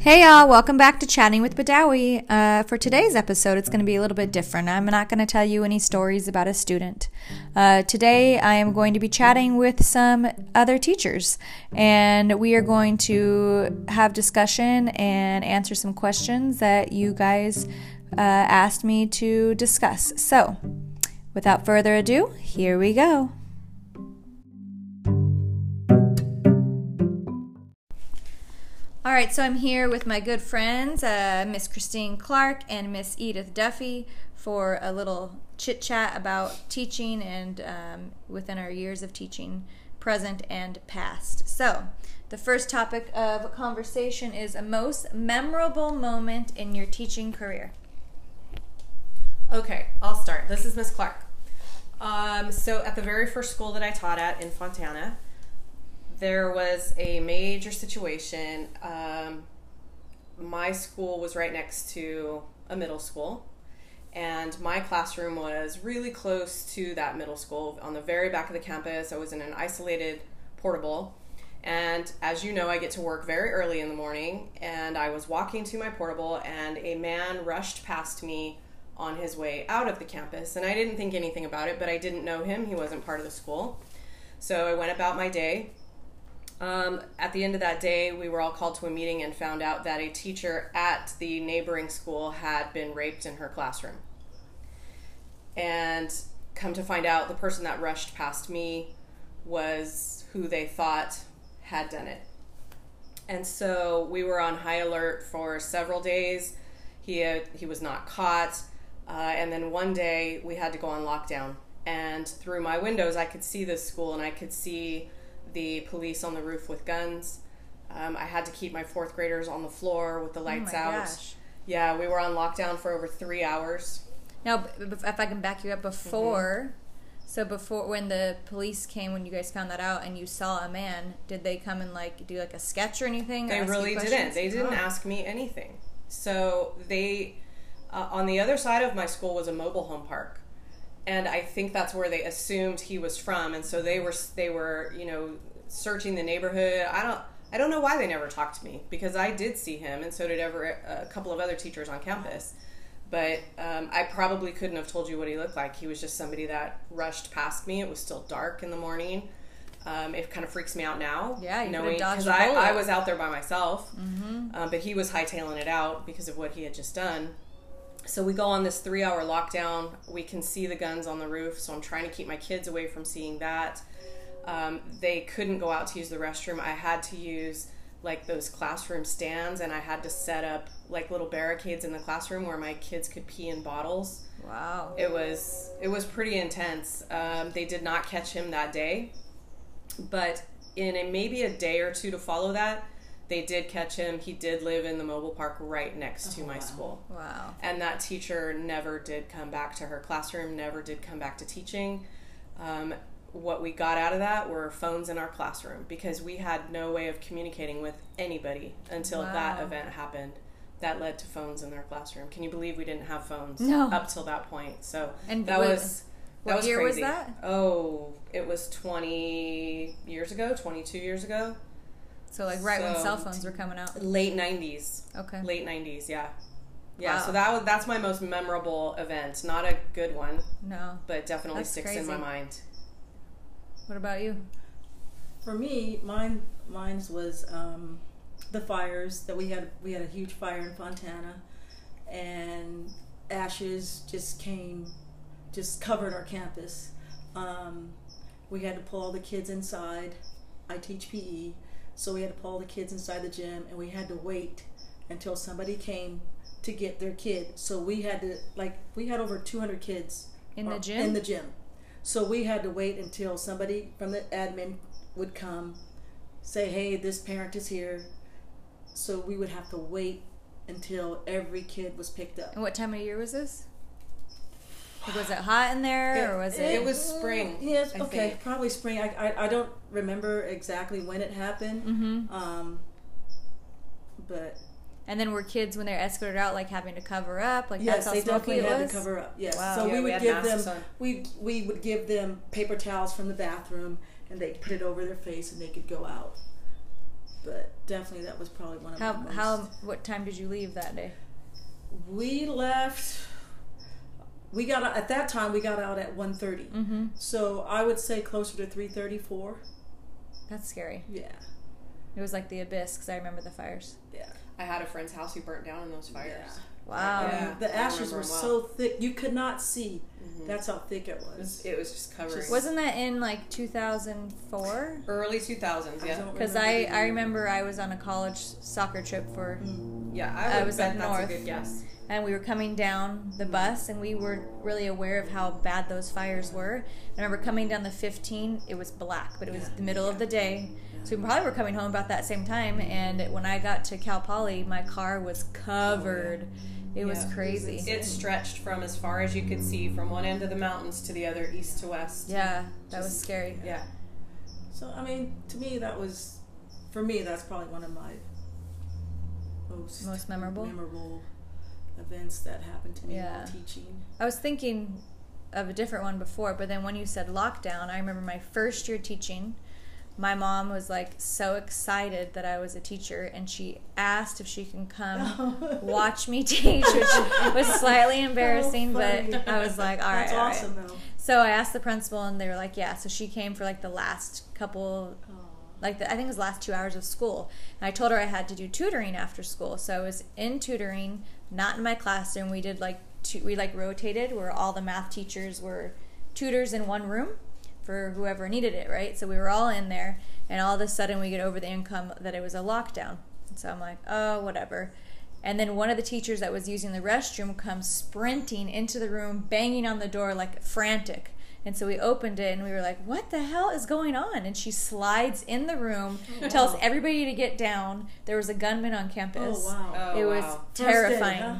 Hey y'all, welcome back to Chatting with Badawi. Uh, for today's episode, it's going to be a little bit different. I'm not going to tell you any stories about a student. Uh, today, I am going to be chatting with some other teachers, and we are going to have discussion and answer some questions that you guys uh, asked me to discuss. So, without further ado, here we go. All right, so I'm here with my good friends, uh, Miss Christine Clark and Miss Edith Duffy, for a little chit chat about teaching and um, within our years of teaching, present and past. So, the first topic of conversation is a most memorable moment in your teaching career. Okay, I'll start. This is Miss Clark. Um, so, at the very first school that I taught at in Fontana, there was a major situation. Um, my school was right next to a middle school, and my classroom was really close to that middle school on the very back of the campus. I was in an isolated portable. And as you know, I get to work very early in the morning, and I was walking to my portable, and a man rushed past me on his way out of the campus. And I didn't think anything about it, but I didn't know him. He wasn't part of the school. So I went about my day. Um, at the end of that day, we were all called to a meeting and found out that a teacher at the neighboring school had been raped in her classroom. And come to find out, the person that rushed past me was who they thought had done it. And so we were on high alert for several days. He, had, he was not caught. Uh, and then one day we had to go on lockdown. And through my windows, I could see this school and I could see the police on the roof with guns. Um, I had to keep my fourth graders on the floor with the lights Oh my out. gosh. Yeah, we were on lockdown for over three hours. Now, b- b- if I can back you up before, Mm-hmm. so before when the police came, when you guys found that out and you saw a man, did they come and like do like a sketch or anything? or They ask you really didn't. questions? They didn't Oh. ask me anything. So they, uh, on the other side of my school was a mobile home park, and I think that's where they assumed he was from. And so they were they were you know searching the neighborhood. I don't I don't know why they never talked to me because I did see him, and so did ever a couple of other teachers on campus. But um, I probably couldn't have told you what he looked like. He was just somebody that rushed past me. It was still dark in the morning. Um, it kind of freaks me out now. Yeah, you could've knowing dodged because a I, bullet. Mm-hmm. I was out there by myself, um, but he was hightailing it out because of what he had just done. So we go on this three hour lockdown. We can see the guns on the roof, so I'm trying to keep my kids away from seeing that. Um, they couldn't go out to use the restroom. I had to use like those classroom stands, and I had to set up like little barricades in the classroom where my kids could pee in bottles. Wow. It was it was pretty intense. Um, they did not catch him that day, but in a, maybe a day or two to follow that, they did catch him. He did live in the mobile park right next to my school. Wow. And that teacher never did come back to her classroom, never did come back to teaching. Um, what we got out of that were phones in our classroom because we had no way of communicating with anybody until that Wow. event happened. That led to phones in their classroom. Can you believe we didn't have phones No. up till that point? So And that what- was that what was year was crazy. that? Oh, it was twenty years ago, twenty two years ago, So like right when So- cell phones were coming out. late nineties Okay. late 90s yeah yeah Wow. so that was that's my most memorable event not a good one No. but definitely That's sticks in crazy. my mind What about you? For me, mine mine's was um, the fires that we had. We had a huge fire in Fontana, and ashes just came, just covered our campus. Um, we had to pull all the kids inside. I teach PE, so we had to pull all the kids inside the gym, and we had to wait until somebody came to get their kid. So we had to like we had over 200 kids In the or- gym? Oh, Uh, In the gym. So we had to wait until somebody from the admin would come, say, "Hey, this parent is here." So we would have to wait until every kid was picked up. And what time of year was this? Like, was it hot in there or was it? it was spring, Mm, Yes. I okay. think. Probably spring. I, I I don't remember exactly when it happened. hmm Um. But And then were kids when they're escorted out like having to cover up? Like yes, that's how they smoky definitely it had was. to cover up. Yes. Wow. So Yeah, we we would had give them masks on. we we would give them paper towels from the bathroom and they put it over their face and they could go out. but definitely that was probably one of How my most- how what time did you leave that day? we left. We got out- at that time we got out at 1.30. Mm-hmm. So I would say closer to 3:34. That's scary. Yeah, It was like the abyss because I remember the fires. yeah. I had a friend's house who burnt down in those fires. Wow. Yeah. Yeah, The I ashes remember were them well. so thick you could not see. Mhm. That's how thick it It was, was. it was just covering. Just- Wasn't that in like 2004? early 2000s, yeah. don't Because I, I remember I was on a college soccer trip for, Mm. Yeah, I I would was bet up that's north. a good guess. and we were coming down the bus, and we weren't really aware of how bad those fires were. I remember coming down the 15, it was black, but it was Yeah. the middle of the day. So we probably were coming home about that same time, and when I got to Cal Poly, my car was covered. It was Oh, Yeah. crazy. It stretched from as far as you could see, from one end of the mountains to the other, east to west. yeah, that was scary. Yeah. So I mean, to me that was, for me that's probably one of my most Most memorable? memorable events that happened to me Yeah. while teaching. I was thinking of a different one before, but then when you said lockdown, I remember my first year teaching. My mom was like so excited that I was a teacher, and she asked if she can Oh, come watch me teach, which was slightly embarrassing. Oh, funny. but I was like, all right, that's all right." awesome though. So I asked the principal, and they were like, yeah. So she came for like the last couple um, like the, I think it was the last two hours of school. And I told her I had to do tutoring after school, so I was in tutoring, not in my classroom. We did like tu- we like rotated where all the math teachers were tutors in one room for whoever needed it, right? So we were all in there, and all of a sudden we get over the income that it was a lockdown. So I'm like, oh, whatever. And then one of the teachers that was using the restroom comes sprinting into the room, banging on the door like frantic. And so we opened it and we were like, what the hell is going on? And she slides in the room, Oh. tells everybody to get down. There was a gunman on campus. Oh wow! Oh, It was wow. day, terrifying. huh?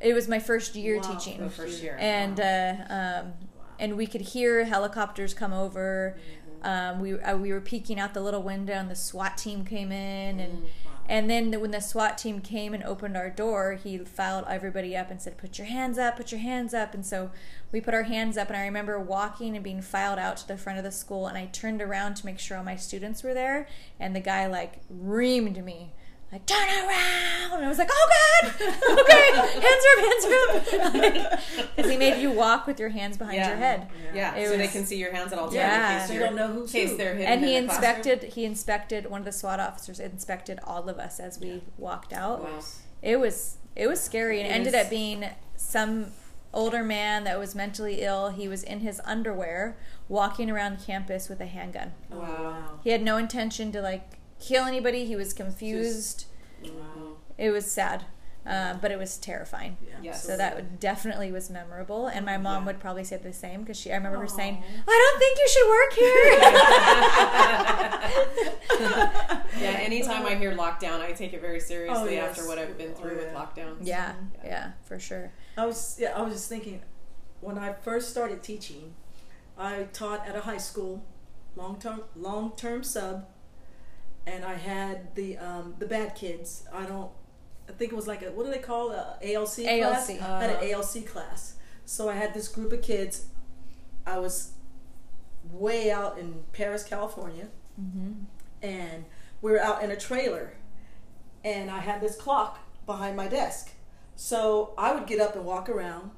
It was my first year Wow. teaching The first year. and uh, um, and we could hear helicopters come over. Um, we uh, we were peeking out the little window, and the SWAT team came in, and and then the, when the SWAT team came and opened our door, he fouled everybody up and said, "Put your hands up! Put your hands up!" And so we put our hands up, and I remember walking and being filed out to the front of the school, and I turned around to make sure all my students were there, and the guy like reamed me. Like turn around, and I was like, "Oh God, okay, hands up, hands up." Like, because he made you walk with your hands behind Yeah. your head. Yeah, It so they was- can see your hands at all times. Yeah. in case So you you're- don't know who's in case who. they're hidden. And he in the classroom. inspected. He inspected one of the SWAT officers inspected all of us as we walked out. Wow. It was it was scary, and It ended is. up being some older man that was mentally ill. He was in his underwear walking around campus with a handgun. Oh, Wow. He had no intention to like kill anybody. He was confused. Wow. It was sad, uh, but it was terrifying. Yeah. Yes. So that would- definitely was memorable, and my mom Yeah. would probably say the same because she. I remember her saying, Aw. "I don't think you should work here." yeah, anytime I hear lockdown, I take it very seriously Oh, yes. after what I've been through Oh, with yeah. lockdowns. yeah, yeah, for sure. I was yeah, I was just thinking when I first started teaching, I taught at a high school, long term long term sub, and I had the um, the bad kids. I don't I think it was like a what do they call a ALC, class? ALC. I had Uh-huh. an ALC class. So I had this group of kids. I was way out in Paris, California, Mm-hmm. and we were out in a trailer, and I had this clock behind my desk. So I would get up and walk around.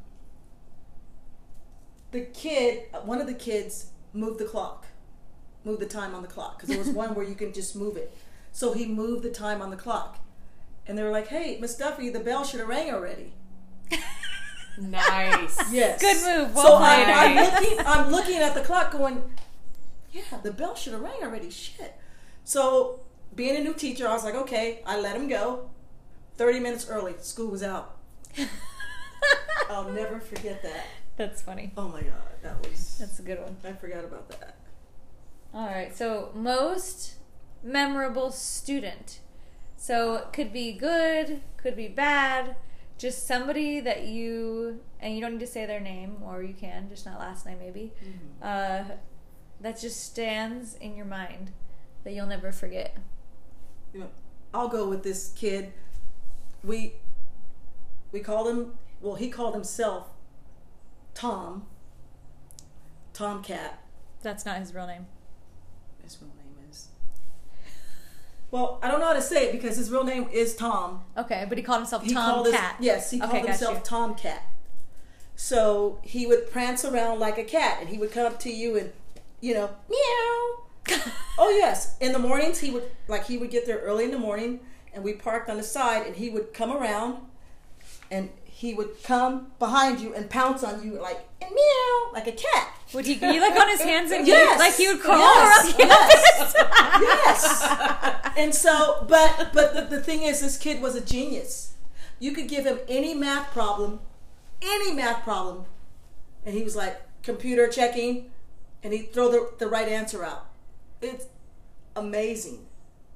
The kid, one of the kids, moved the clock, moved the time on the clock because there was one where you can just move it. So he moved the time on the clock, and they were like, "Hey, Miss Duffy, the bell should have rang already." Nice. Yes. Good move. so Well I'm, played. I'm Nice. looking, I'm looking at the clock, going, "Yeah, the bell should have rang already." Shit. So, being a new teacher, I was like, "Okay," I let him go. Thirty minutes early, school was out. I'll never forget that. That's funny. Oh my god, that was. That's a good one. I forgot about that. All right. So most memorable student. So it could be good, could be bad. Just somebody that you and you don't need to say their name, or you can, just not last name maybe. Mm-hmm. Uh, that just stands in your mind that you'll never forget. You know, I'll go with this kid. We we called him. Well, he called himself Tom. Tomcat. That's not his real name. His real name is. Well, I don't know how to say it because his real name is Tom. Okay, but he called himself He Tom called his- Cat. yes, he called Okay, got you. himself Tom Cat. So he would prance around like a cat, and he would come up to you and, you know, meow. Oh yes, in the mornings he would like he would get there early in the morning, and we parked on the side, and he would come around, and he would come behind you and pounce on you like and meow like a cat. would he be like on his hands and knees? Yes. Like he would crawl Yes. around the Yes. office? yes. And so, but but the, the thing is, this kid was a genius. You could give him any math problem, any math problem, and he was like computer checking, and he'd throw the, the right answer out. It's amazing.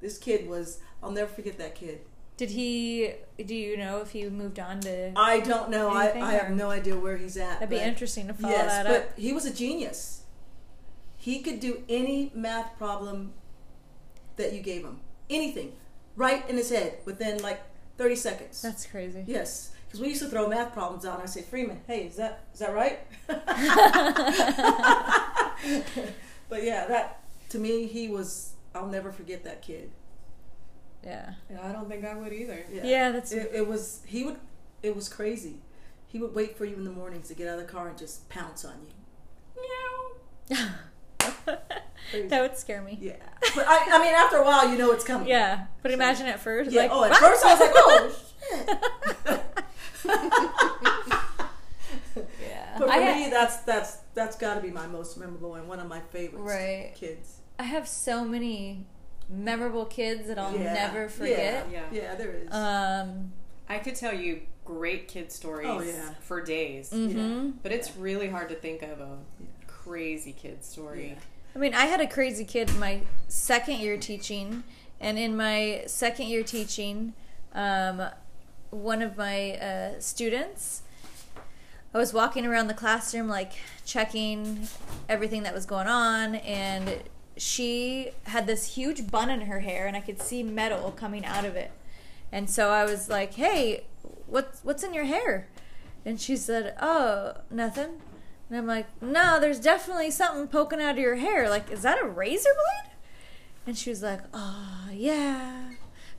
This kid was. I'll never forget that kid. Did he? Do you know if he moved on to? I don't know. I, Anything I or- have no idea where he's at. That'd be but- interesting to follow that but up. he was a genius. He could do any math problem that you gave him. Anything. Right in his head within like 30 seconds. That's crazy. yes. Because we used to throw math problems out and I say, Freeman, hey, is that is that right? but yeah, that to me he was I'll never forget that kid. Yeah. And I don't think I would either. Yeah, Yeah. that's It, it was he would it was crazy. He would wait for you in the mornings to get out of the car and just pounce on you. Meow. that would scare me. Yeah. But I, I mean, after a while, you know it's coming. Yeah, but imagine at first, Yeah. like, oh, at "What?" first I was like, oh, shit. yeah. But for I, me, ha- that's that's that's got to be my most memorable and one of my favorites. Right. Kids. I have so many memorable kids that I'll Yeah. never forget. Yeah. Yeah, there is. Um, I could tell you great kid stories Oh, yeah. for days, mhm. but it's really hard to think of a crazy kid story. Yeah. I mean, I had a crazy kid my second year teaching, and in my second year teaching, um, one of my uh, students, I was walking around the classroom, like checking everything that was going on, and she had this huge bun in her hair, and I could see metal coming out of it. And so I was like, "Hey, what's what's in your hair?" And she said, "Oh, nothing." And I'm like, "No, there's definitely something poking out of your hair. Like, is that a razor blade?" And she was like, "Oh, yeah."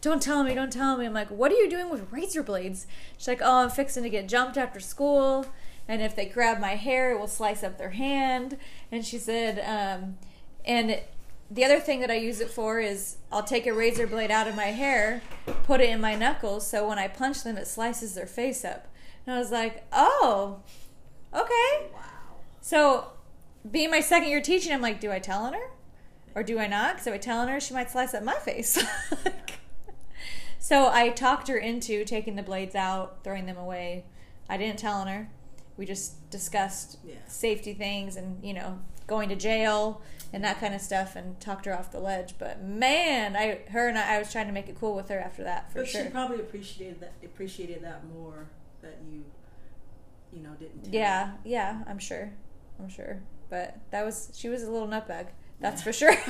Don't tell me, don't tell me. I'm like, "What are you doing with razor blades?" She's like, "Oh, I'm fixing to get jumped after school, and if they grab my hair, it will slice up their hand." And she said, um, and the other thing that I use it for is I'll take a razor blade out of my hair, put it in my knuckles, so when I punch them, it slices their face up. And I was like, oh, okay. Wow. So, being my second year teaching, I'm like, do I tell on her? Or do I not? Because if I tell on her, she might slice up my face. so, I talked her into taking the blades out, throwing them away. I didn't tell on her. We just discussed Yeah. safety things and you know going to jail and that kind of stuff and talked her off the ledge but man i her and i, I was trying to make it cool with her after that for but sure she probably appreciated that appreciated that more that you, you know, didn't. tell yeah yeah i'm sure i'm sure but that was she was a little nutbag that's for sure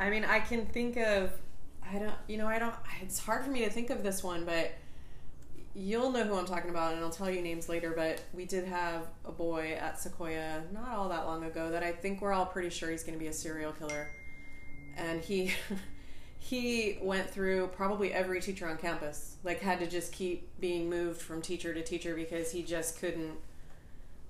I mean, I can think of, I don't, you know, I don't, it's hard for me to think of this one, but you'll know who I'm talking about and I'll tell you names later. But we did have a boy at Sequoia not all that long ago that I think we're all pretty sure he's going to be a serial killer. And he, he went through probably every teacher on campus, like, had to just keep being moved from teacher to teacher because he just couldn't.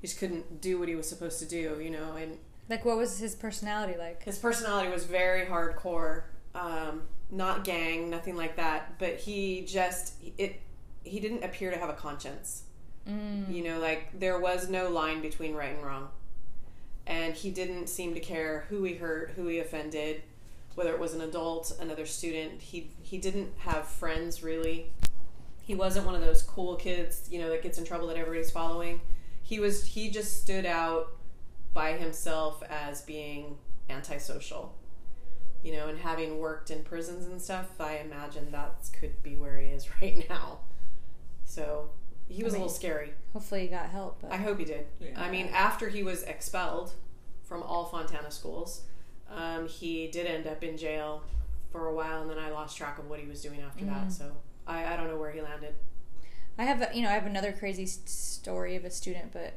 He just couldn't do what he was supposed to do, you know, and like what was his personality like his personality was very hardcore um, not gang nothing like that but he just it he didn't appear to have a conscience Mm, you know like there was no line between right and wrong and he didn't seem to care who he hurt who he offended whether it was an adult another student he he didn't have friends really he wasn't one of those cool kids you know that gets in trouble that everybody's following he was he just stood out by himself as being antisocial you know and having worked in prisons and stuff i imagine that could be where he is right now so he was I a mean- little scary hopefully he got help but I hope he did. Yeah. I mean, after he was expelled from all Fontana schools, um, he did end up in jail for a while, and then I lost track of what he was doing after that. So I, I don't know where he landed. I have, a, you know, I have another crazy s- story of a student, but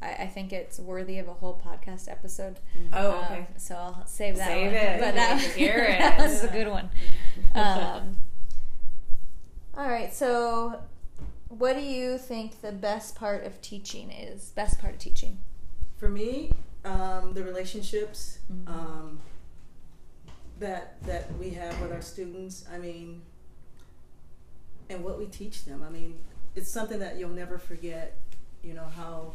I, I think it's worthy of a whole podcast episode. Mm-hmm. Oh, Um, okay. so I'll save that. Save one. it. But I'd that, like to hear it. that was a good one. Um, all right. So, what do you think the best part of teaching is? Best part of teaching? For me, um, the relationships Mhm. um, that that we have with our students. I mean, and what we teach them. I mean, it's something that you'll never forget. You know how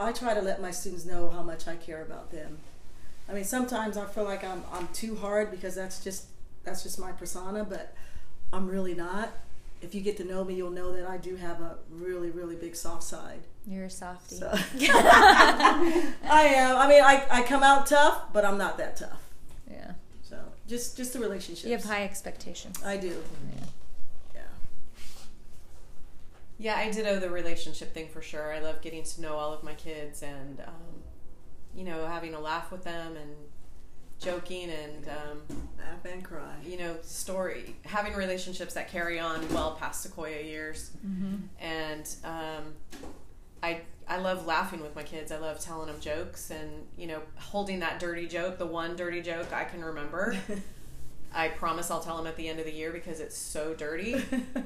I try to let my students know how much I care about them. I mean, sometimes I feel like I'm I'm too hard because that's just that's just my persona, but I'm really not. If you get to know me, you'll know that I do have a really really big soft side. You're a softie. So I am. I mean, I, I come out tough, but I'm not that tough. yeah. So just just the relationships. You have high expectations. I do. Yeah. Yeah. Yeah, I ditto the relationship thing for sure. I love getting to know all of my kids and, um, you know, having a laugh with them and joking and, um, Laugh and cry. you know, story, having relationships that carry on well past Sequoia years. And um, I, I love laughing with my kids. I love telling them jokes and, you know, holding that dirty joke, the one dirty joke I can remember. I promise I'll tell them at the end of the year because it's so dirty.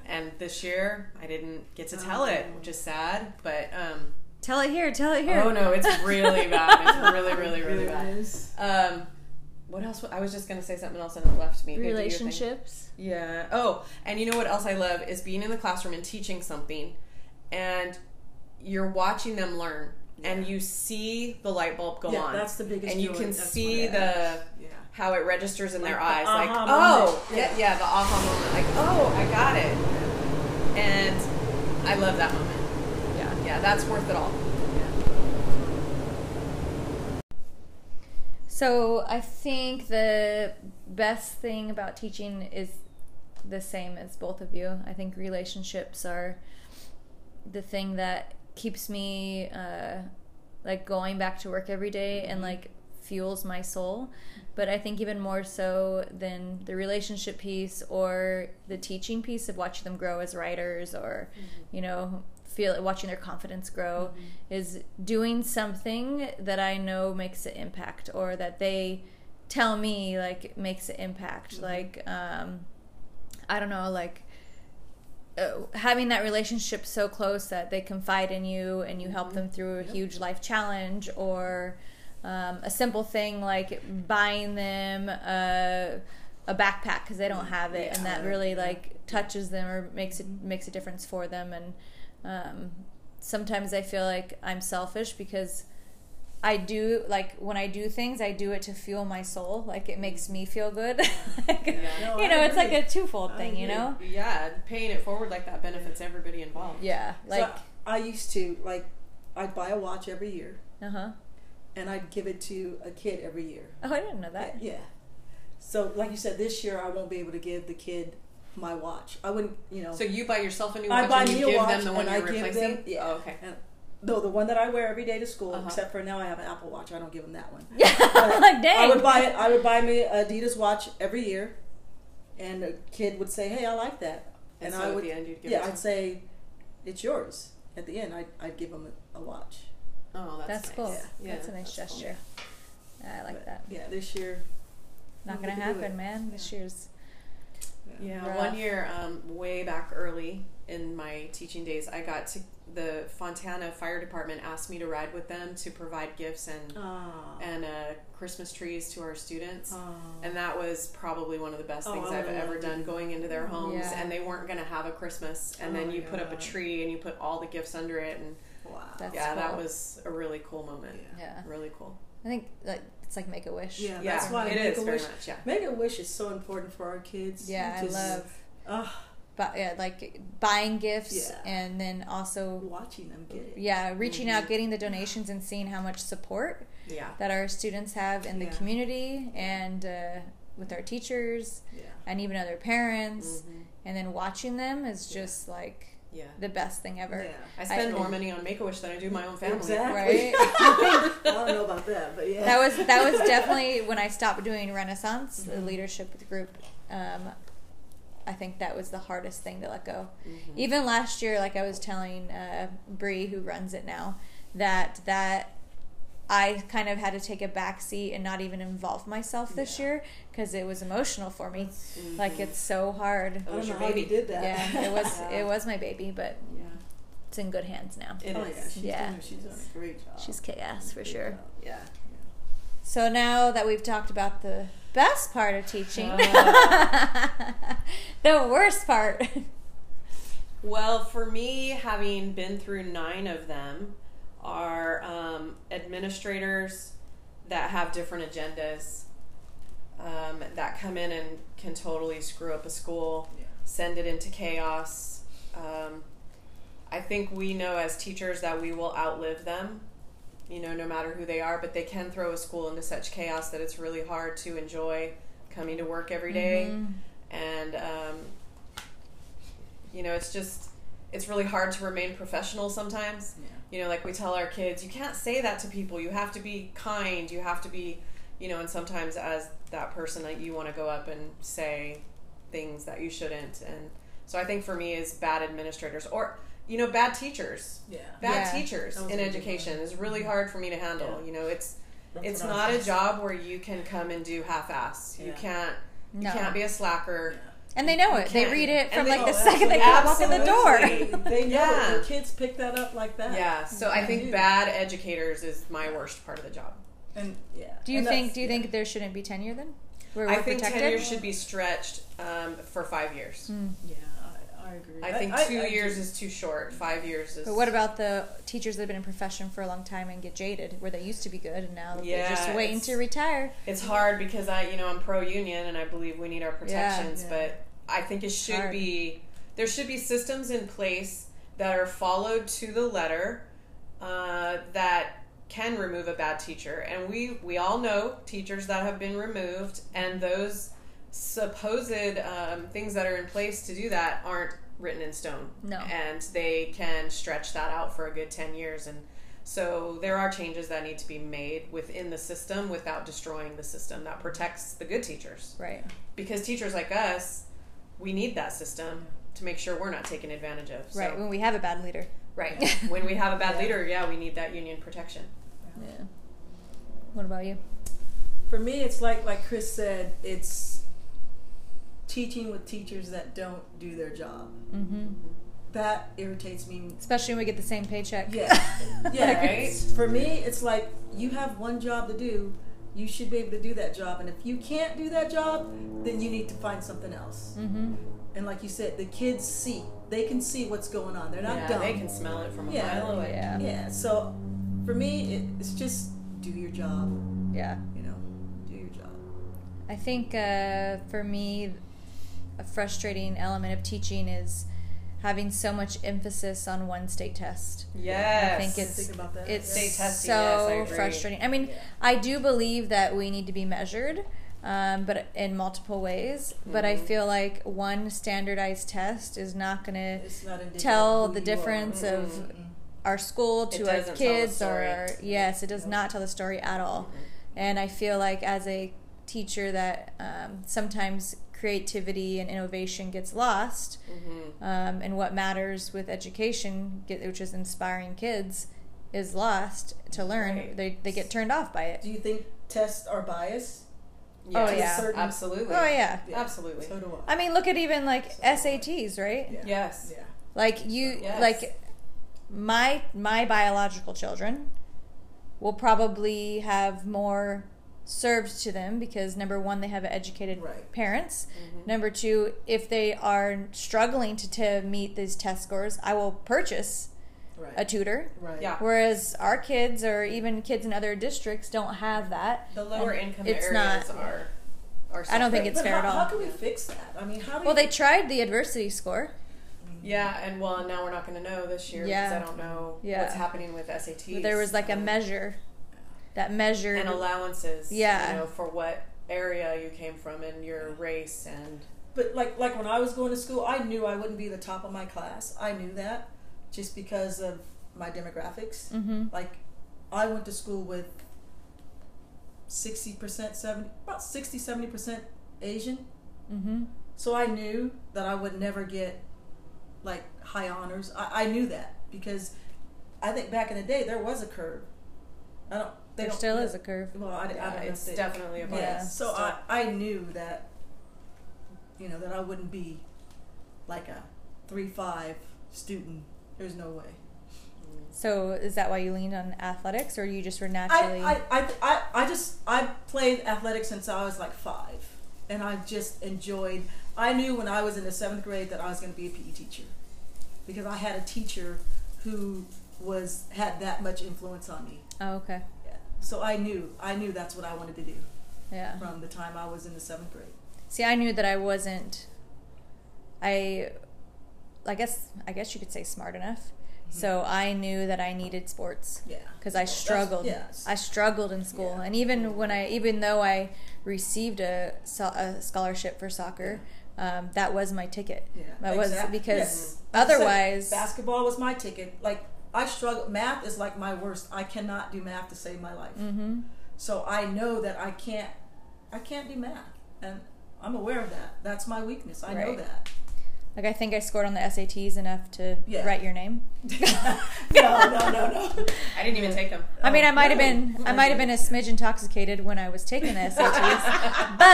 and this year I didn't get to tell it, which is sad. But um, Tell it here. Tell it here. oh no, it's really bad. It's really, really, really bad. Yes. Um, what else? wa- I was just gonna say something else and it left me. Go do your thing. Relationships. Yeah. Oh, and you know what else I love is being in the classroom and teaching something, and you're watching them learn, and you see the light bulb go yeah, on, that's the biggest. and you joy. can That's see what it the is. Yeah. how it registers in their Like eyes. the Like, aha moment. oh, yeah, yeah, the aha moment. Like, oh, I got it. And I love that moment. Yeah, yeah, that's worth it all. So I think the best thing about teaching is the same as both of you. I think relationships are the thing that keeps me uh, like going back to work every day and like fuels my soul. But I think even more so than the relationship piece or the teaching piece of watching them grow as writers or you know feel watching their confidence grow is doing something that I know makes an impact or that they tell me like makes an impact like um I don't know like uh, having that relationship so close that they confide in you and you help them through a huge life challenge or um, a simple thing like buying them a, a backpack because they don't have it and that Yeah. really like touches them or makes it makes a difference for them and um, sometimes I feel like I'm selfish because I do like when I do things, I do it to fuel my soul. Like it makes me feel good. Like, No, you I know, it's like agree. a twofold I thing. You agree. know? Yeah, paying it forward like that benefits everybody involved. Yeah. Like. so I used to like, I'd buy a watch every year, uh huh. and I'd give it to a kid every year. Oh, I didn't know that. Yeah. So, like you said, this year I won't be able to give the kid my watch. I wouldn't, you know. So you buy yourself a new I watch buy and me you a give watch them the one and I you're give replacing? them- yeah. Oh, okay. And no, the one that I wear every day to school, Uh-huh. except for now I have an Apple Watch. I don't give them that one. Yeah. But like I dang. would buy it. I would buy me an Adidas watch every year, and a kid would say, "Hey, I like that," And, and, so I at would, the end you'd give yeah, it I'd say, "It's yours." At the end, I'd, I'd give them a, a watch. Oh, that's, That's nice. cool. Yeah, that's a nice that's cool. gesture. I like But, that. Yeah, this year. Not we gonna can do happen, it. man. This year's. Yeah, Rough. one year, um, way back early in my teaching days, I got to the Fontana Fire Department asked me to ride with them to provide gifts and Oh. and uh, Christmas trees to our students. Oh. And that was probably one of the best Oh, things I I've would ever love done to- going into their homes Yeah. and they weren't going to have a Christmas. And Oh then my you put up a God. tree and you put all the gifts under it. And wow. That's yeah, that cool. was a really cool moment. yeah. Yeah. Really cool. I think like it's like make a wish. Yeah, yeah, that's why it Make is a very Wish. much. Yeah. Make a wish is so important for our kids. Yeah, I Just- love. ah, But yeah, like buying gifts Yeah. and then also watching them get it. Mm-hmm. yeah reaching out getting the donations and seeing how much support Yeah. that our students have in the Yeah. community and uh, with our teachers Yeah. and even other parents Mm-hmm. Mhm. and then watching them is just like Yeah. the best thing ever Yeah. I spend I- more money on Make a Wish than I do my own family. Exactly. right I don't know about that, but yeah. that was that was definitely when i stopped doing renaissance the leadership group um, I think that was the hardest thing to let go. Even last year, like I was telling uh, Bree, who runs it now, that that I kind of had to take a back seat and not even involve myself this year 'cause year because it was emotional for me. Like it's so hard. It I was don't know your how you baby. did that. Yeah, it was Oh, Yeah. it was my baby, but Yeah. it's in good hands now. It oh is. yeah, she's Yeah. doing she's done a great job. She's kick ass for Great sure. job. Yeah. So now that we've talked about the best part of teaching, Oh. the worst part. Well, for me, having been through nine of them, are um, administrators that have different agendas um, that come in and can totally screw up a school, Yeah. send it into chaos. Um, I think we know as teachers that we will outlive them, you know, no matter who they are, but they can throw a school into such chaos that it's really hard to enjoy coming to work every day Mhm. and um, you know it's just it's really hard to remain professional sometimes Yeah. you know like we tell our kids you can't say that to people you have to be kind you have to be you know and sometimes as that person like you want to go up and say things that you shouldn't and so i think for me is bad administrators or you know bad teachers Yeah. bad Yeah. Mm-hmm. teachers That was in a good education one. is really hard for me to handle Yeah. you know it's That's it's what I was not a gonna job where you can come and do half-ass you Yeah. can't you No. can't be a slacker Yeah. and they know You it. They can't. read it And from they- like the oh, second they come walk in the absolutely. door. they know Yeah. it. The kids pick that up like that. Yeah, so I think bad educators is my worst part of the job. And yeah. Do you And think? that's- Do you think there shouldn't be tenure then? Where I we're think protected? Hmm. tenure should be stretched um, for five years. Yeah, I, Mm. I agree. I think two I years do. is too short. Five years is. But what about the teachers that have been in profession for a long time and get jaded, where they used to be good and now they're just Yeah, waiting it's- to retire? It's hard because I, you know, I'm pro union and I believe we need our protections, yeah. but I think it should hard. be there should be systems in place that are followed to the letter uh, that can remove a bad teacher, and we we all know teachers that have been removed, and those supposed um, things that are in place to do that aren't written in stone. No. and they can stretch that out for a good ten years and. So there are changes that need to be made within the system without destroying the system that protects the good teachers. Right. Because teachers like us, we need that system to make sure we're not taken advantage of. So, Right. When we have a bad leader. Right. when we have a bad leader, yeah, we need that union protection. Yeah. What about you? For me, it's like like Chris said, it's teaching with teachers that don't do their job. Mm-hmm. That irritates me. Especially when we get the same paycheck. Yeah, yeah. Like, Right? For me, it's like you have one job to do. You should be able to do that job, and if you can't do that job, then you need to find something else. Mm-hmm. And like you said, the kids see; they can see what's going on. They're not yeah, dumb. they can smell it from a Yeah. mile away. Yeah. Yeah. So, for me, it, it's just do your job. Mm. Yeah. You know, do your job. I think uh, for me, a frustrating element of teaching is having so much emphasis on one state test. Yes. Mm-hmm. I think Didn't it's- think about that. It's State testing, yes, I so agree. frustrating. I mean, Yeah. I do believe that we need to be measured, um, but in multiple ways. But Mm-hmm. I feel like one standardized test is not going to It's not indicative tell of who the you difference are. of Mm-mm. our school Mm-hmm. It to our doesn't tell the kids or story. our, yes it does Nope. not tell the story at all and i feel like as a teacher that um, sometimes creativity and innovation gets lost Mhm. um, and what matters with education get, which is inspiring kids is lost to learn Right. they, they get turned off by it Do you think tests are biased? Oh, Yes, yeah. Certain- Absolutely. oh yeah Absolutely. So do I. i mean look at even like So- sats right Yeah. Yes. yeah. Like you Yes. like my my biological children will probably have more served to them because number 1 they have educated Right. parents. Mm-hmm. Number 2 if they are struggling to, to meet these test scores, I will purchase Right. a tutor. right. Yeah. Whereas our kids or even kids in other districts don't have that. The lower And income it's areas not- are are I don't think suffering. it's But fair how, at all. How can we fix that? I mean, how do Well, you, they tried the adversity score. Yeah, and well, now we're not going to know this year Yeah. because I don't know Yeah. what's happening with SATs. There was like a Um, measure that measured and allowances. Yeah. you know, for what area you came from and your race and But like like when I was going to school, I knew I wouldn't be the top of my class. I knew that just because of my demographics. Mhm. Like I went to school with 60% 70 about 60 70% Asian. Mhm. So I knew that I would never get like high honors. I, I knew that because I think back in the day there was a curve. I don't. They There don't- still is a curve. Well, I, I don't know if it's they- definitely a Yeah. bias. Yeah. So still. I, I knew that, you know, that I wouldn't be like a three five student. There's no way. So is that why you leaned on athletics, or you just were I, naturally? I, I, I, I just I played athletics since I was like five, and I just enjoyed. I knew when I was in the seventh grade that I was going to be a PE teacher, because I had a teacher who was had that much influence on me. oh, okay. Yeah. So I knew I knew that's what I wanted to do Yeah. from the time I was in the seventh grade. See, I knew that I wasn't. I, I guess I guess you could say smart enough. So I knew that I needed sports Mm-hmm. Yeah. because I struggled. yes. I struggled in school, Yeah. and even when I, even though I received a, so- a scholarship for soccer, um, that was my ticket. Yeah, That was exact- because yes. otherwise- Like I said, basketball was my ticket. Like I struggle. Math is like my worst. I cannot do math to save my life. Mm-hmm. So I know that I can't. I can't do math, and I'm aware of that. That's my weakness. I know Right. that. Like I think I scored on the SATs enough to Yeah. write your name. no, no, no, no. I didn't even take them. I mean, I Oh, might have really? been, I Okay. might have been a smidge intoxicated when I was taking the SATs, but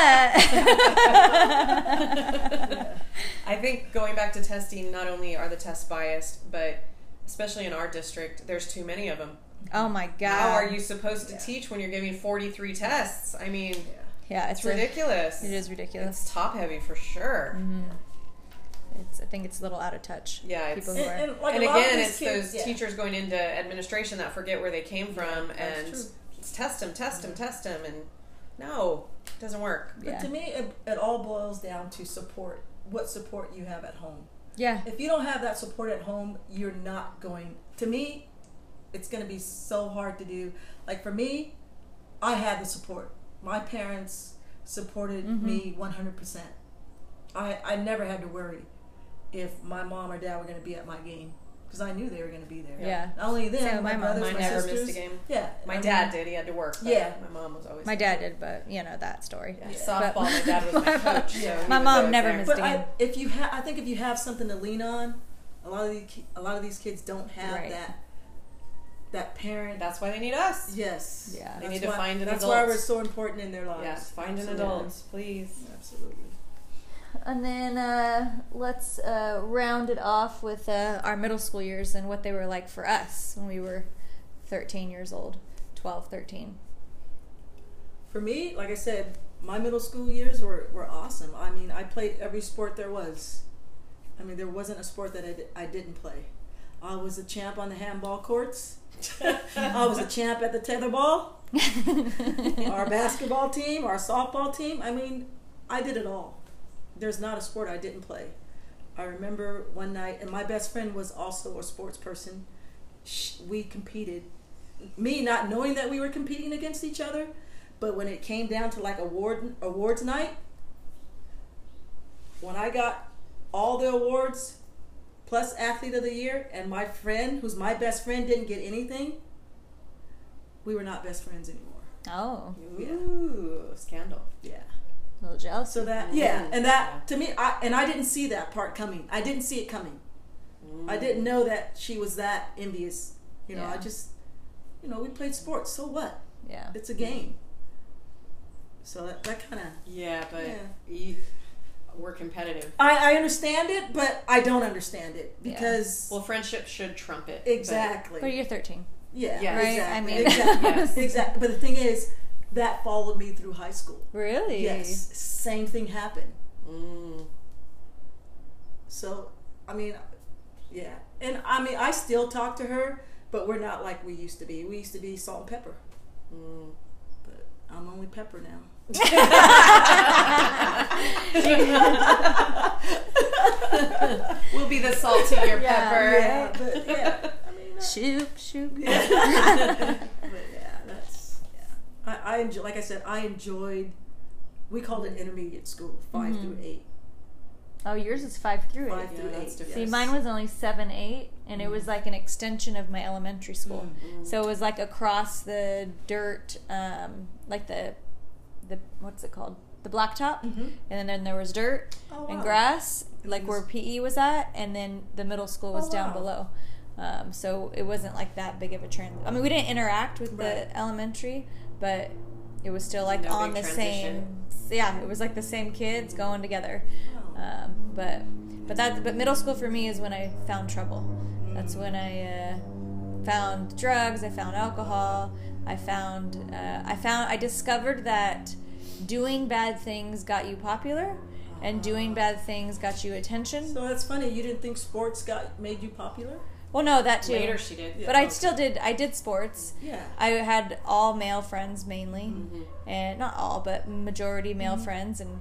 I think going back to testing, not only are the tests biased, but especially in our district, there's too many of them. oh my god, How are you supposed to Yeah. teach when you're giving 43 tests? I mean, Yeah. Yeah, it's it's ridiculous. ridiculous. It is ridiculous. It's top heavy for sure. hmm It's, I think it's a little out of touch. Yeah, it's- people who are. And, and, like, and a lot of again, these it's kids- those yeah. teachers going into administration that forget where they came from that's and true. Mm-hmm. it's test them, test them, test them, and no, it doesn't work. But yeah. to me, it, it all boils down to support. What support you have at home. yeah, if you don't have that support at home, you're not going. To me, it's going to be so hard to do. Like for me, I had the support. My parents supported me 100%. I, I never had to worry if my mom or dad were going to be at my game because I knew they were going to be there. Yeah. Not only them, Same with my, my mom. brothers, Mine my never sisters. missed a game. Yeah. My I mean, dad did. He had to work. But Yeah. My mom was always my dad did, but you know that story. Yeah, Yeah. But- softball. my dad was my coach. so Yeah. he My was mom always never there. missed But a I, game. if you have, I think if you have something to lean on, a lot of these, ki- a lot of these kids don't have Right. that that parent That's why they need us. Yes. Yeah. They That's need to why- find an That's adult. why we're so important in their lives. Yes, find an Absolutely. adult, please. Absolutely. And then uh, let's uh, round it off with uh, our middle school years and what they were like for us when we were 13 years old, 12, 13. For me, like I said, my middle school years were, were awesome. I mean, I played every sport there was. I mean, there wasn't a sport that I, di- I didn't play. I was a champ on the handball courts. I was a champ at the tetherball, our basketball team, our softball team. I mean, I did it all. There's not a sport I didn't play. I remember one night, and my best friend was also a sports person. Sh we competed. Me not knowing that we were competing against each other, but when it came down to like award awards night, when I got all the awards plus athlete of the year, and my friend, who's my best friend, didn't get anything, we were not best friends anymore. Oh, Ooh, scandal. Yeah. a little jealous. So that yeah, Mm-hmm. and that to me, I and I didn't see that part coming. I didn't see it coming. I didn't know that she was that envious. You know, I Mm-hmm. Yeah. just, you know, we played sports. So what? yeah. It's a game. So that, that kind of Yeah, but Yeah. You, we're competitive. I, I understand it, but I don't understand it Yeah. because Well, friendship should trump it. but- exactly. But you're 13. yeah, Yeah. Right? I exactly. mean- exactly. Yes. exactly. But the thing is, that followed me through high school. Really? Yes, same thing happened. Mm. So, I mean, yeah. And I mean, I still talk to her, but we're not like we used to be. We used to be salt and pepper, Mm. but I'm only pepper now. We'll be the salt to your Yeah, pepper. Yeah, but yeah. I mean, uh, Shoop, shoop. but yeah, that's yeah. I, I enjoy, like I said, I enjoyed. We called it intermediate school, 5 Mhm. through eight. Oh, yours is five through Five eight. Yeah, through that's eight. different. See, yes. Mm. mine was only seven, eight, and it was like an extension of my elementary school. Mm-hmm. Mm. So it was like across the dirt, um, like the, the what's it called? the blacktop, Mhm. and then there was dirt Oh, and wow. grass, like where was- PE was at, and then the middle school was Oh, down wow. below. Um, so it wasn't like that big of a trend. I mean, we didn't interact with Right. the elementary, but it was still like No on the big transition. same. Yeah, it was like the same kids going together. Oh. Um, but but that but middle school for me is when I found trouble. That's when I uh, found drugs. I found alcohol. I found uh, I found I discovered that doing bad things got you popular, and doing bad things got you attention. So that's funny. You didn't think sports got made you popular? Well, no, that too. Later she did. But I still did. I did sports. Yeah. I had all male friends mainly, Mm-hmm. and not all, but majority male friends, and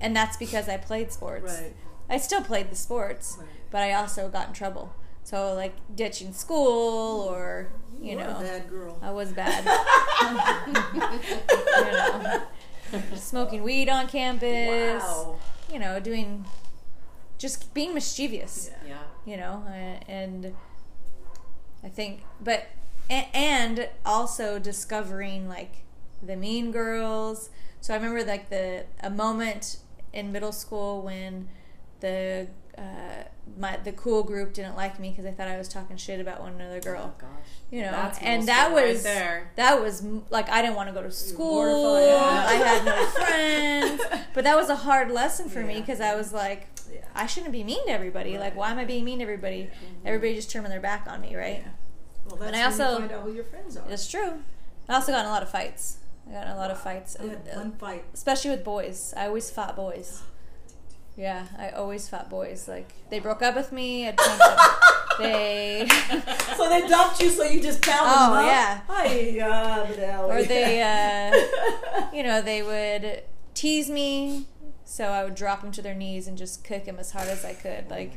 and that's because I played sports. Right. I still played the sports, Right. but I also got in trouble. So like ditching school or you You're know a bad girl. I was bad. You know, smoking weed on campus. Wow. You know, doing just being mischievous. Yeah. You know, a- and I think, but a- and also discovering like the Mean Girls. So I remember like the a moment in middle school when the uh, my the cool group didn't like me because they thought I was talking shit about one another girl. gosh. You know, Oh, That's middle and that school right was there. that was m- like I didn't want to go to school. mortified. Yeah. I had no friends, but that was a hard lesson for me 'cause me Yeah. because I was like, Yeah. I shouldn't be mean to everybody. Like, why am I being mean to everybody? Everybody just turning their back on me, right? Mm-hmm. Yeah. Well, that's But I when you also- find out who your friends are. It's true. I also got in a lot of fights. I got in a lot of fights, uh, I had one fight. especially with boys. I always fought boys. Yeah, I always fought boys. Like they broke up with me. I'd punch them. they So they dumped you, so you just pounded Oh, them up? yeah. Ay, ah, but Ally. or they uh, you know they would tease me so i would drop them to their knees and just kick them as hard as i Oh could like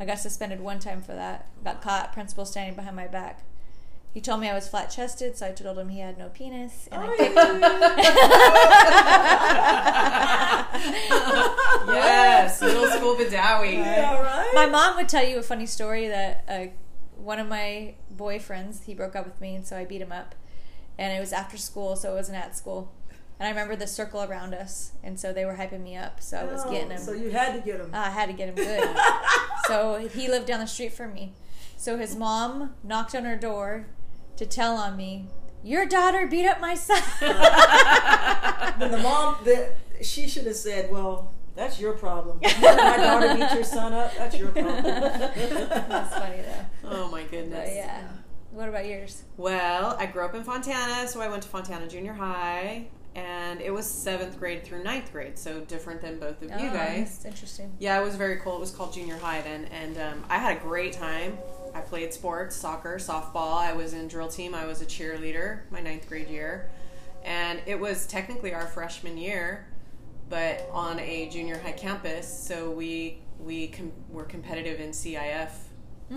i got suspended one time for that got caught principal standing behind my back he told me i was flat-chested so i told him he had no penis and Oh, I kicked him. Yes, middle school Badawi. Yeah, right? my mom would tell you a funny story that uh, one of my boyfriends he broke up with me and so i beat him up and it was after school so it wasn't at school and i remember the circle around us and so they were hyping me up so i was Oh, getting him Ah, So you had to get them. I had to get him good. so he lived down the street from me. So his mom knocked on her door to tell on me, Your daughter beat up my son. Then the mom, the, she should have said, "Well, that's your problem. My daughter beat your son up. That's your problem." That's funny though. Oh my goodness. But yeah. What about yours? Well, I grew up in Fontana, so I went to Fontana Junior High, and it was seventh grade through ninth grade, so different than both of you Oh, guys. that's interesting. Yeah, it was very cool. It was called junior high then, and um, I had a great time. I played sports, soccer, softball. I was in drill team. I was a cheerleader my ninth grade year, and it was technically our freshman year, but on a junior high campus. So we we com- were competitive in CIF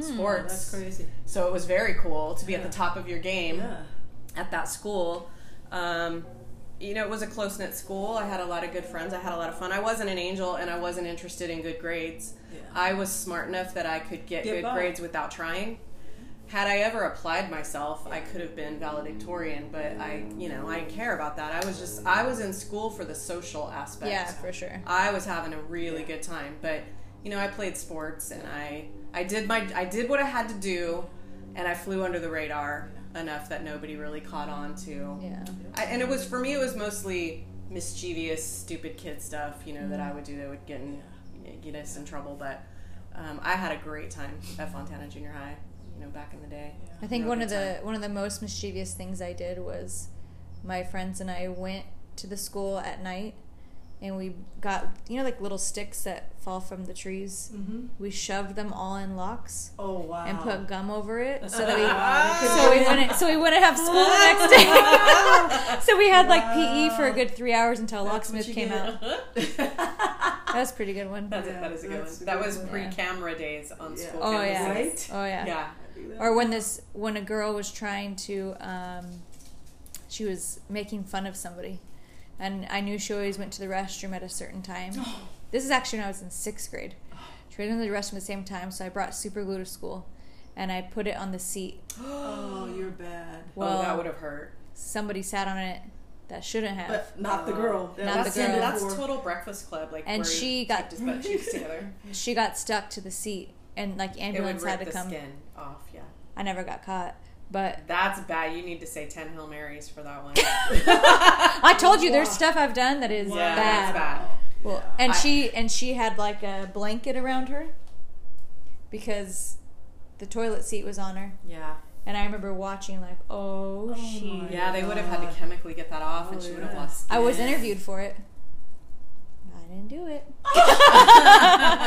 sports. Hmm, That's crazy. So it was very cool to be at the top of your game Yeah. at that school. Um, you know, it was a close knit school. I had a lot of good friends. I had a lot of fun. I wasn't an angel and I wasn't interested in good grades. Yeah. I was smart enough that I could get, Get good by. grades without trying. Had I ever applied myself, I could have been valedictorian, but I, you know, I didn't care about that. I was just, I was in school for the social aspect. Yeah, for sure. I was having a really good time, but you know, I played sports and I I did my I did what I had to do, and I flew under the radar enough that nobody really caught on to. Yeah. I, and it was for me, it was mostly mischievous, stupid kid stuff, you know, that Mm-hmm. I would do that would get in, get us in trouble. But um, I had a great time at Fontana Junior High, you know, back in the day. I think Real one good of the one of the most mischievous things I did was my friends and I went to the school at night and we got you know like little sticks that fall from the trees. Mhm. We shoved them all in locks Oh wow. Ah. and put gum over it so that we so we wouldn't so we wouldn't have school the next day. so we had like PE for a good three hours until That's what locksmith you came get. out. That was a pretty good one. That's a- Yeah, that is a good that's one. a That good was one. Yeah. pre-camera days on Yeah. school Oh campuses. yeah. Right? Oh yeah. Yeah. or when this when a girl was trying to um, she was making fun of somebody and i knew she always went to the restroom at a certain time this is actually when i was in sixth grade she went to the restroom at the same time so i brought super glue to school and i put it on the seat Oh, you're bad. well oh, that would have hurt. somebody sat on it that shouldn't have. but not the girl. Oh. Not the that's, girl. That's For- total Breakfast Club. Like, And where he she got- tucked his butt cheeks together. she got stuck to the seat, and like it would ambulance rip had to the come. skin off. Yeah, I never got caught, but that's bad. You need to say ten Hail Marys for that one. I told you there's stuff I've done that is Yeah, bad. that's bad. Well, and I- she and she had like a blanket around her because the toilet seat was on her, Yeah, and I remember watching like, oh, Oh she. my yeah. They would have had God. to chemically get that off, and Oh, she would have yeah. lost. I was skin. interviewed for it. I didn't do it.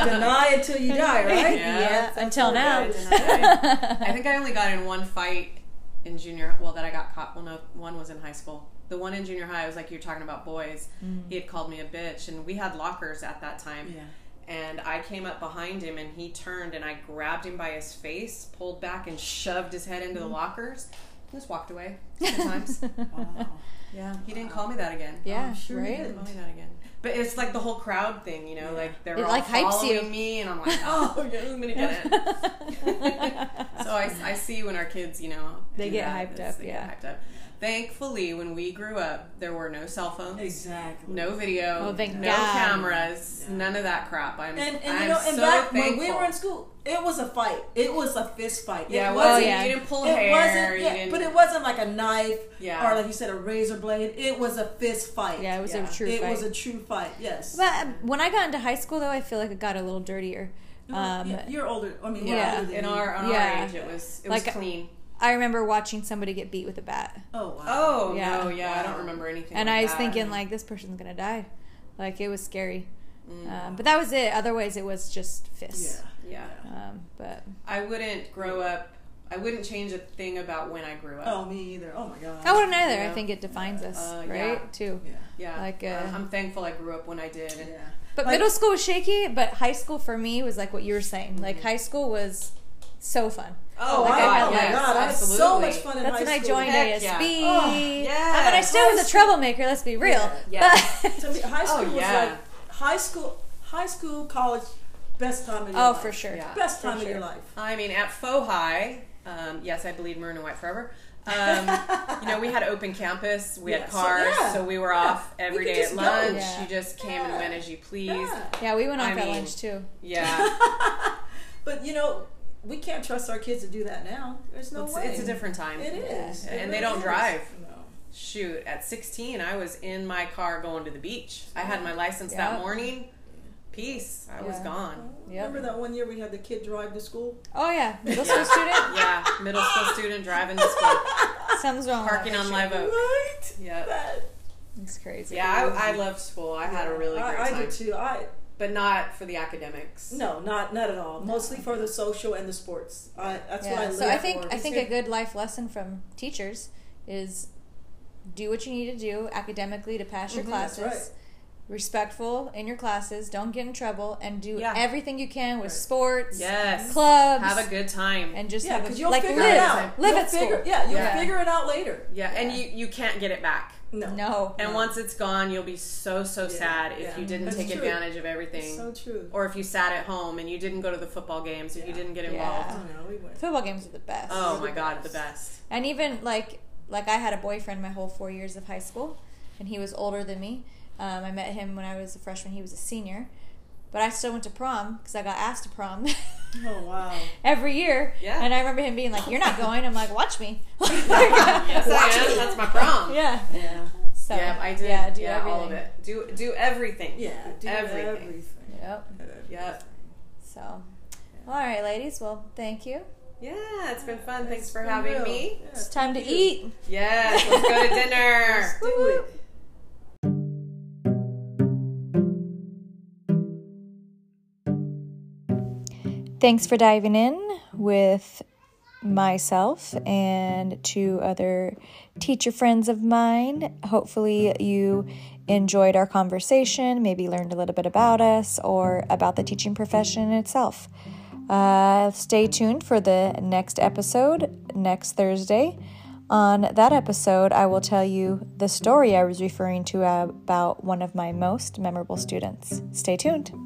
Deny it till you die, right? Yeah. that's until now. right, deny I think I only got in one fight in junior. Well, that I got caught. Well, no, one was in high school. The one in junior high I was like, "You're talking about boys." Mm. He had called me a bitch, and we had lockers at that time. Yeah. And I came up behind him, and he turned, and I grabbed him by his face, pulled back, and shoved his head Mm-hmm. into the lockers. Just walked away. Two times. Wow. Yeah, he didn't call me that again. yeah, I'm sure you right. did. Call me that again. But it's like the whole crowd thing, you know, like they're It, all like, hypes you. following me, and I'm like, oh, yeah, I'm gonna get it. so I, I see when our kids, you know, They do get that, hyped it's- up, They yeah. get hyped up. Thankfully, when we grew up, there were no cell phones, Exactly. no video, Oh, thank no God. cameras, none of that crap. I'm And, and I'm you know, and so back thankful. when we were in school, it was a fight. It was a fist fight. yeah, it it well, wasn't, Oh, yeah. you didn't pull it hair, wasn't. you Yeah, didn't, but it wasn't like a knife Yeah. or like you said a razor blade. It was a fist fight. yeah, it was Yeah. a true it fight. was a true fight. Yes. but um, when I got into high school, though, I feel like it got a little dirtier. Um, Oh, Yeah, you're older. I mean, Yeah. yeah. Older than in me. our on Yeah. our age, it was it Like, was clean. I remember watching somebody get beat with a bat, Oh wow. Oh Yeah. no, yeah, I don't remember anything. and like "Ah." I was that. thinking like, this person's gonna die. Like it was scary, Mm. um, but that was it. Otherwise, it was just fists. Yeah. yeah, Um, but I wouldn't grow up. I wouldn't change a thing about when I grew up. Oh me either. Oh my god. I wouldn't either. I Yeah. think it defines us, Uh, right? yeah. Too. Yeah. Yeah, Like, uh, I'm- I'm thankful I grew up when I did, and Yeah. But Like- middle school was shaky, but high school for me was like what you were saying. Like Mm-hmm. high school was so fun. Oh, Like, I, I had, oh my yes, god, I had so absolutely. much fun in That's high when I school. joined Heck yeah. ASB. Oh, yeah. But I still High was a school- troublemaker. Let's be real. Yeah. But- To me, high Oh, school was yeah. like high school, high school, college, best time of your oh, life. for sure. Yeah. Best For time of sure. your life. I mean, at Faux High, um, yes, I believe maroon and white forever. Um, you know, we had open campus, we Yeah, had so- cars, so, yeah, we were yeah. off every We day could at just go. lunch. Yeah. You just came and went as you pleased. Yeah. Yeah. Yeah, we went off I at mean- lunch too. But you know, we can't trust our kids to do that now. There's no it's, way. it's a different time. It is. Yeah. It And they really don't is. drive. No. Shoot, at 16, I was in my car going to the beach. I had my license Yeah. that morning. Peace. I was Yeah. gone. Yep. Remember that one year we had the kid drive to school? Oh yeah, middle school student. Yeah, middle school student driving to school, Something's wrong. with parking that on shit. Live Oak. Right. Yeah. That, It's crazy. Yeah, I, I loved school. I had a really I- great I, time, did too. I but not for the academics. no, not not at all. Mostly for the social and the sports. I, that's what I Yeah. live So I think for. I think a good life lesson from teachers is do what you need to do academically to pass your Mhm, that's classes. right. Respectful in your classes. Don't get in trouble, and do Yeah. everything you can with Right. sports, Yes. clubs, Have a good time. and just yeah, have a, because you'll like figure live it out. live you'll at figure, school. Yeah, you'll Yeah. figure it out later. yeah, and you you can't get it back. No, No. And once it's gone, you'll be so so sad if yeah. you didn't That's take true. advantage of everything, It's so true. or if you sat at home and you didn't go to the football games, if you Yeah. didn't get Yeah. involved. Oh no, we went. Football games are the best. Oh the my god, best. the best. And even like like I had a boyfriend my whole four years of high school, and he was older than me. Um, I met him when I was a freshman; he was a senior. But I still went to prom because I got asked to prom Oh wow. every year. Yeah. And I remember him being like, "You're not going." I'm like, "Watch me." Yes, I am. That's my prom. yeah. Yeah. So Yep, I did. Yeah, do yeah, everything. all of it. Do do everything. Yeah. Do Everything. everything. Yep. Yep. So, all right, ladies. Well, thank you. Yeah, it's been fun. Thanks It's for been having real. me. Yeah, It's time to thank you. eat. Yes, let's go to dinner. Let's do it. Thanks for diving in with myself and two other teacher friends of mine. Hopefully, you enjoyed our conversation, maybe learned a little bit about us or about the teaching profession itself. Uh, stay tuned for the next episode next Thursday. On that episode, I will tell you the story I was referring to about one of my most memorable students. Stay tuned.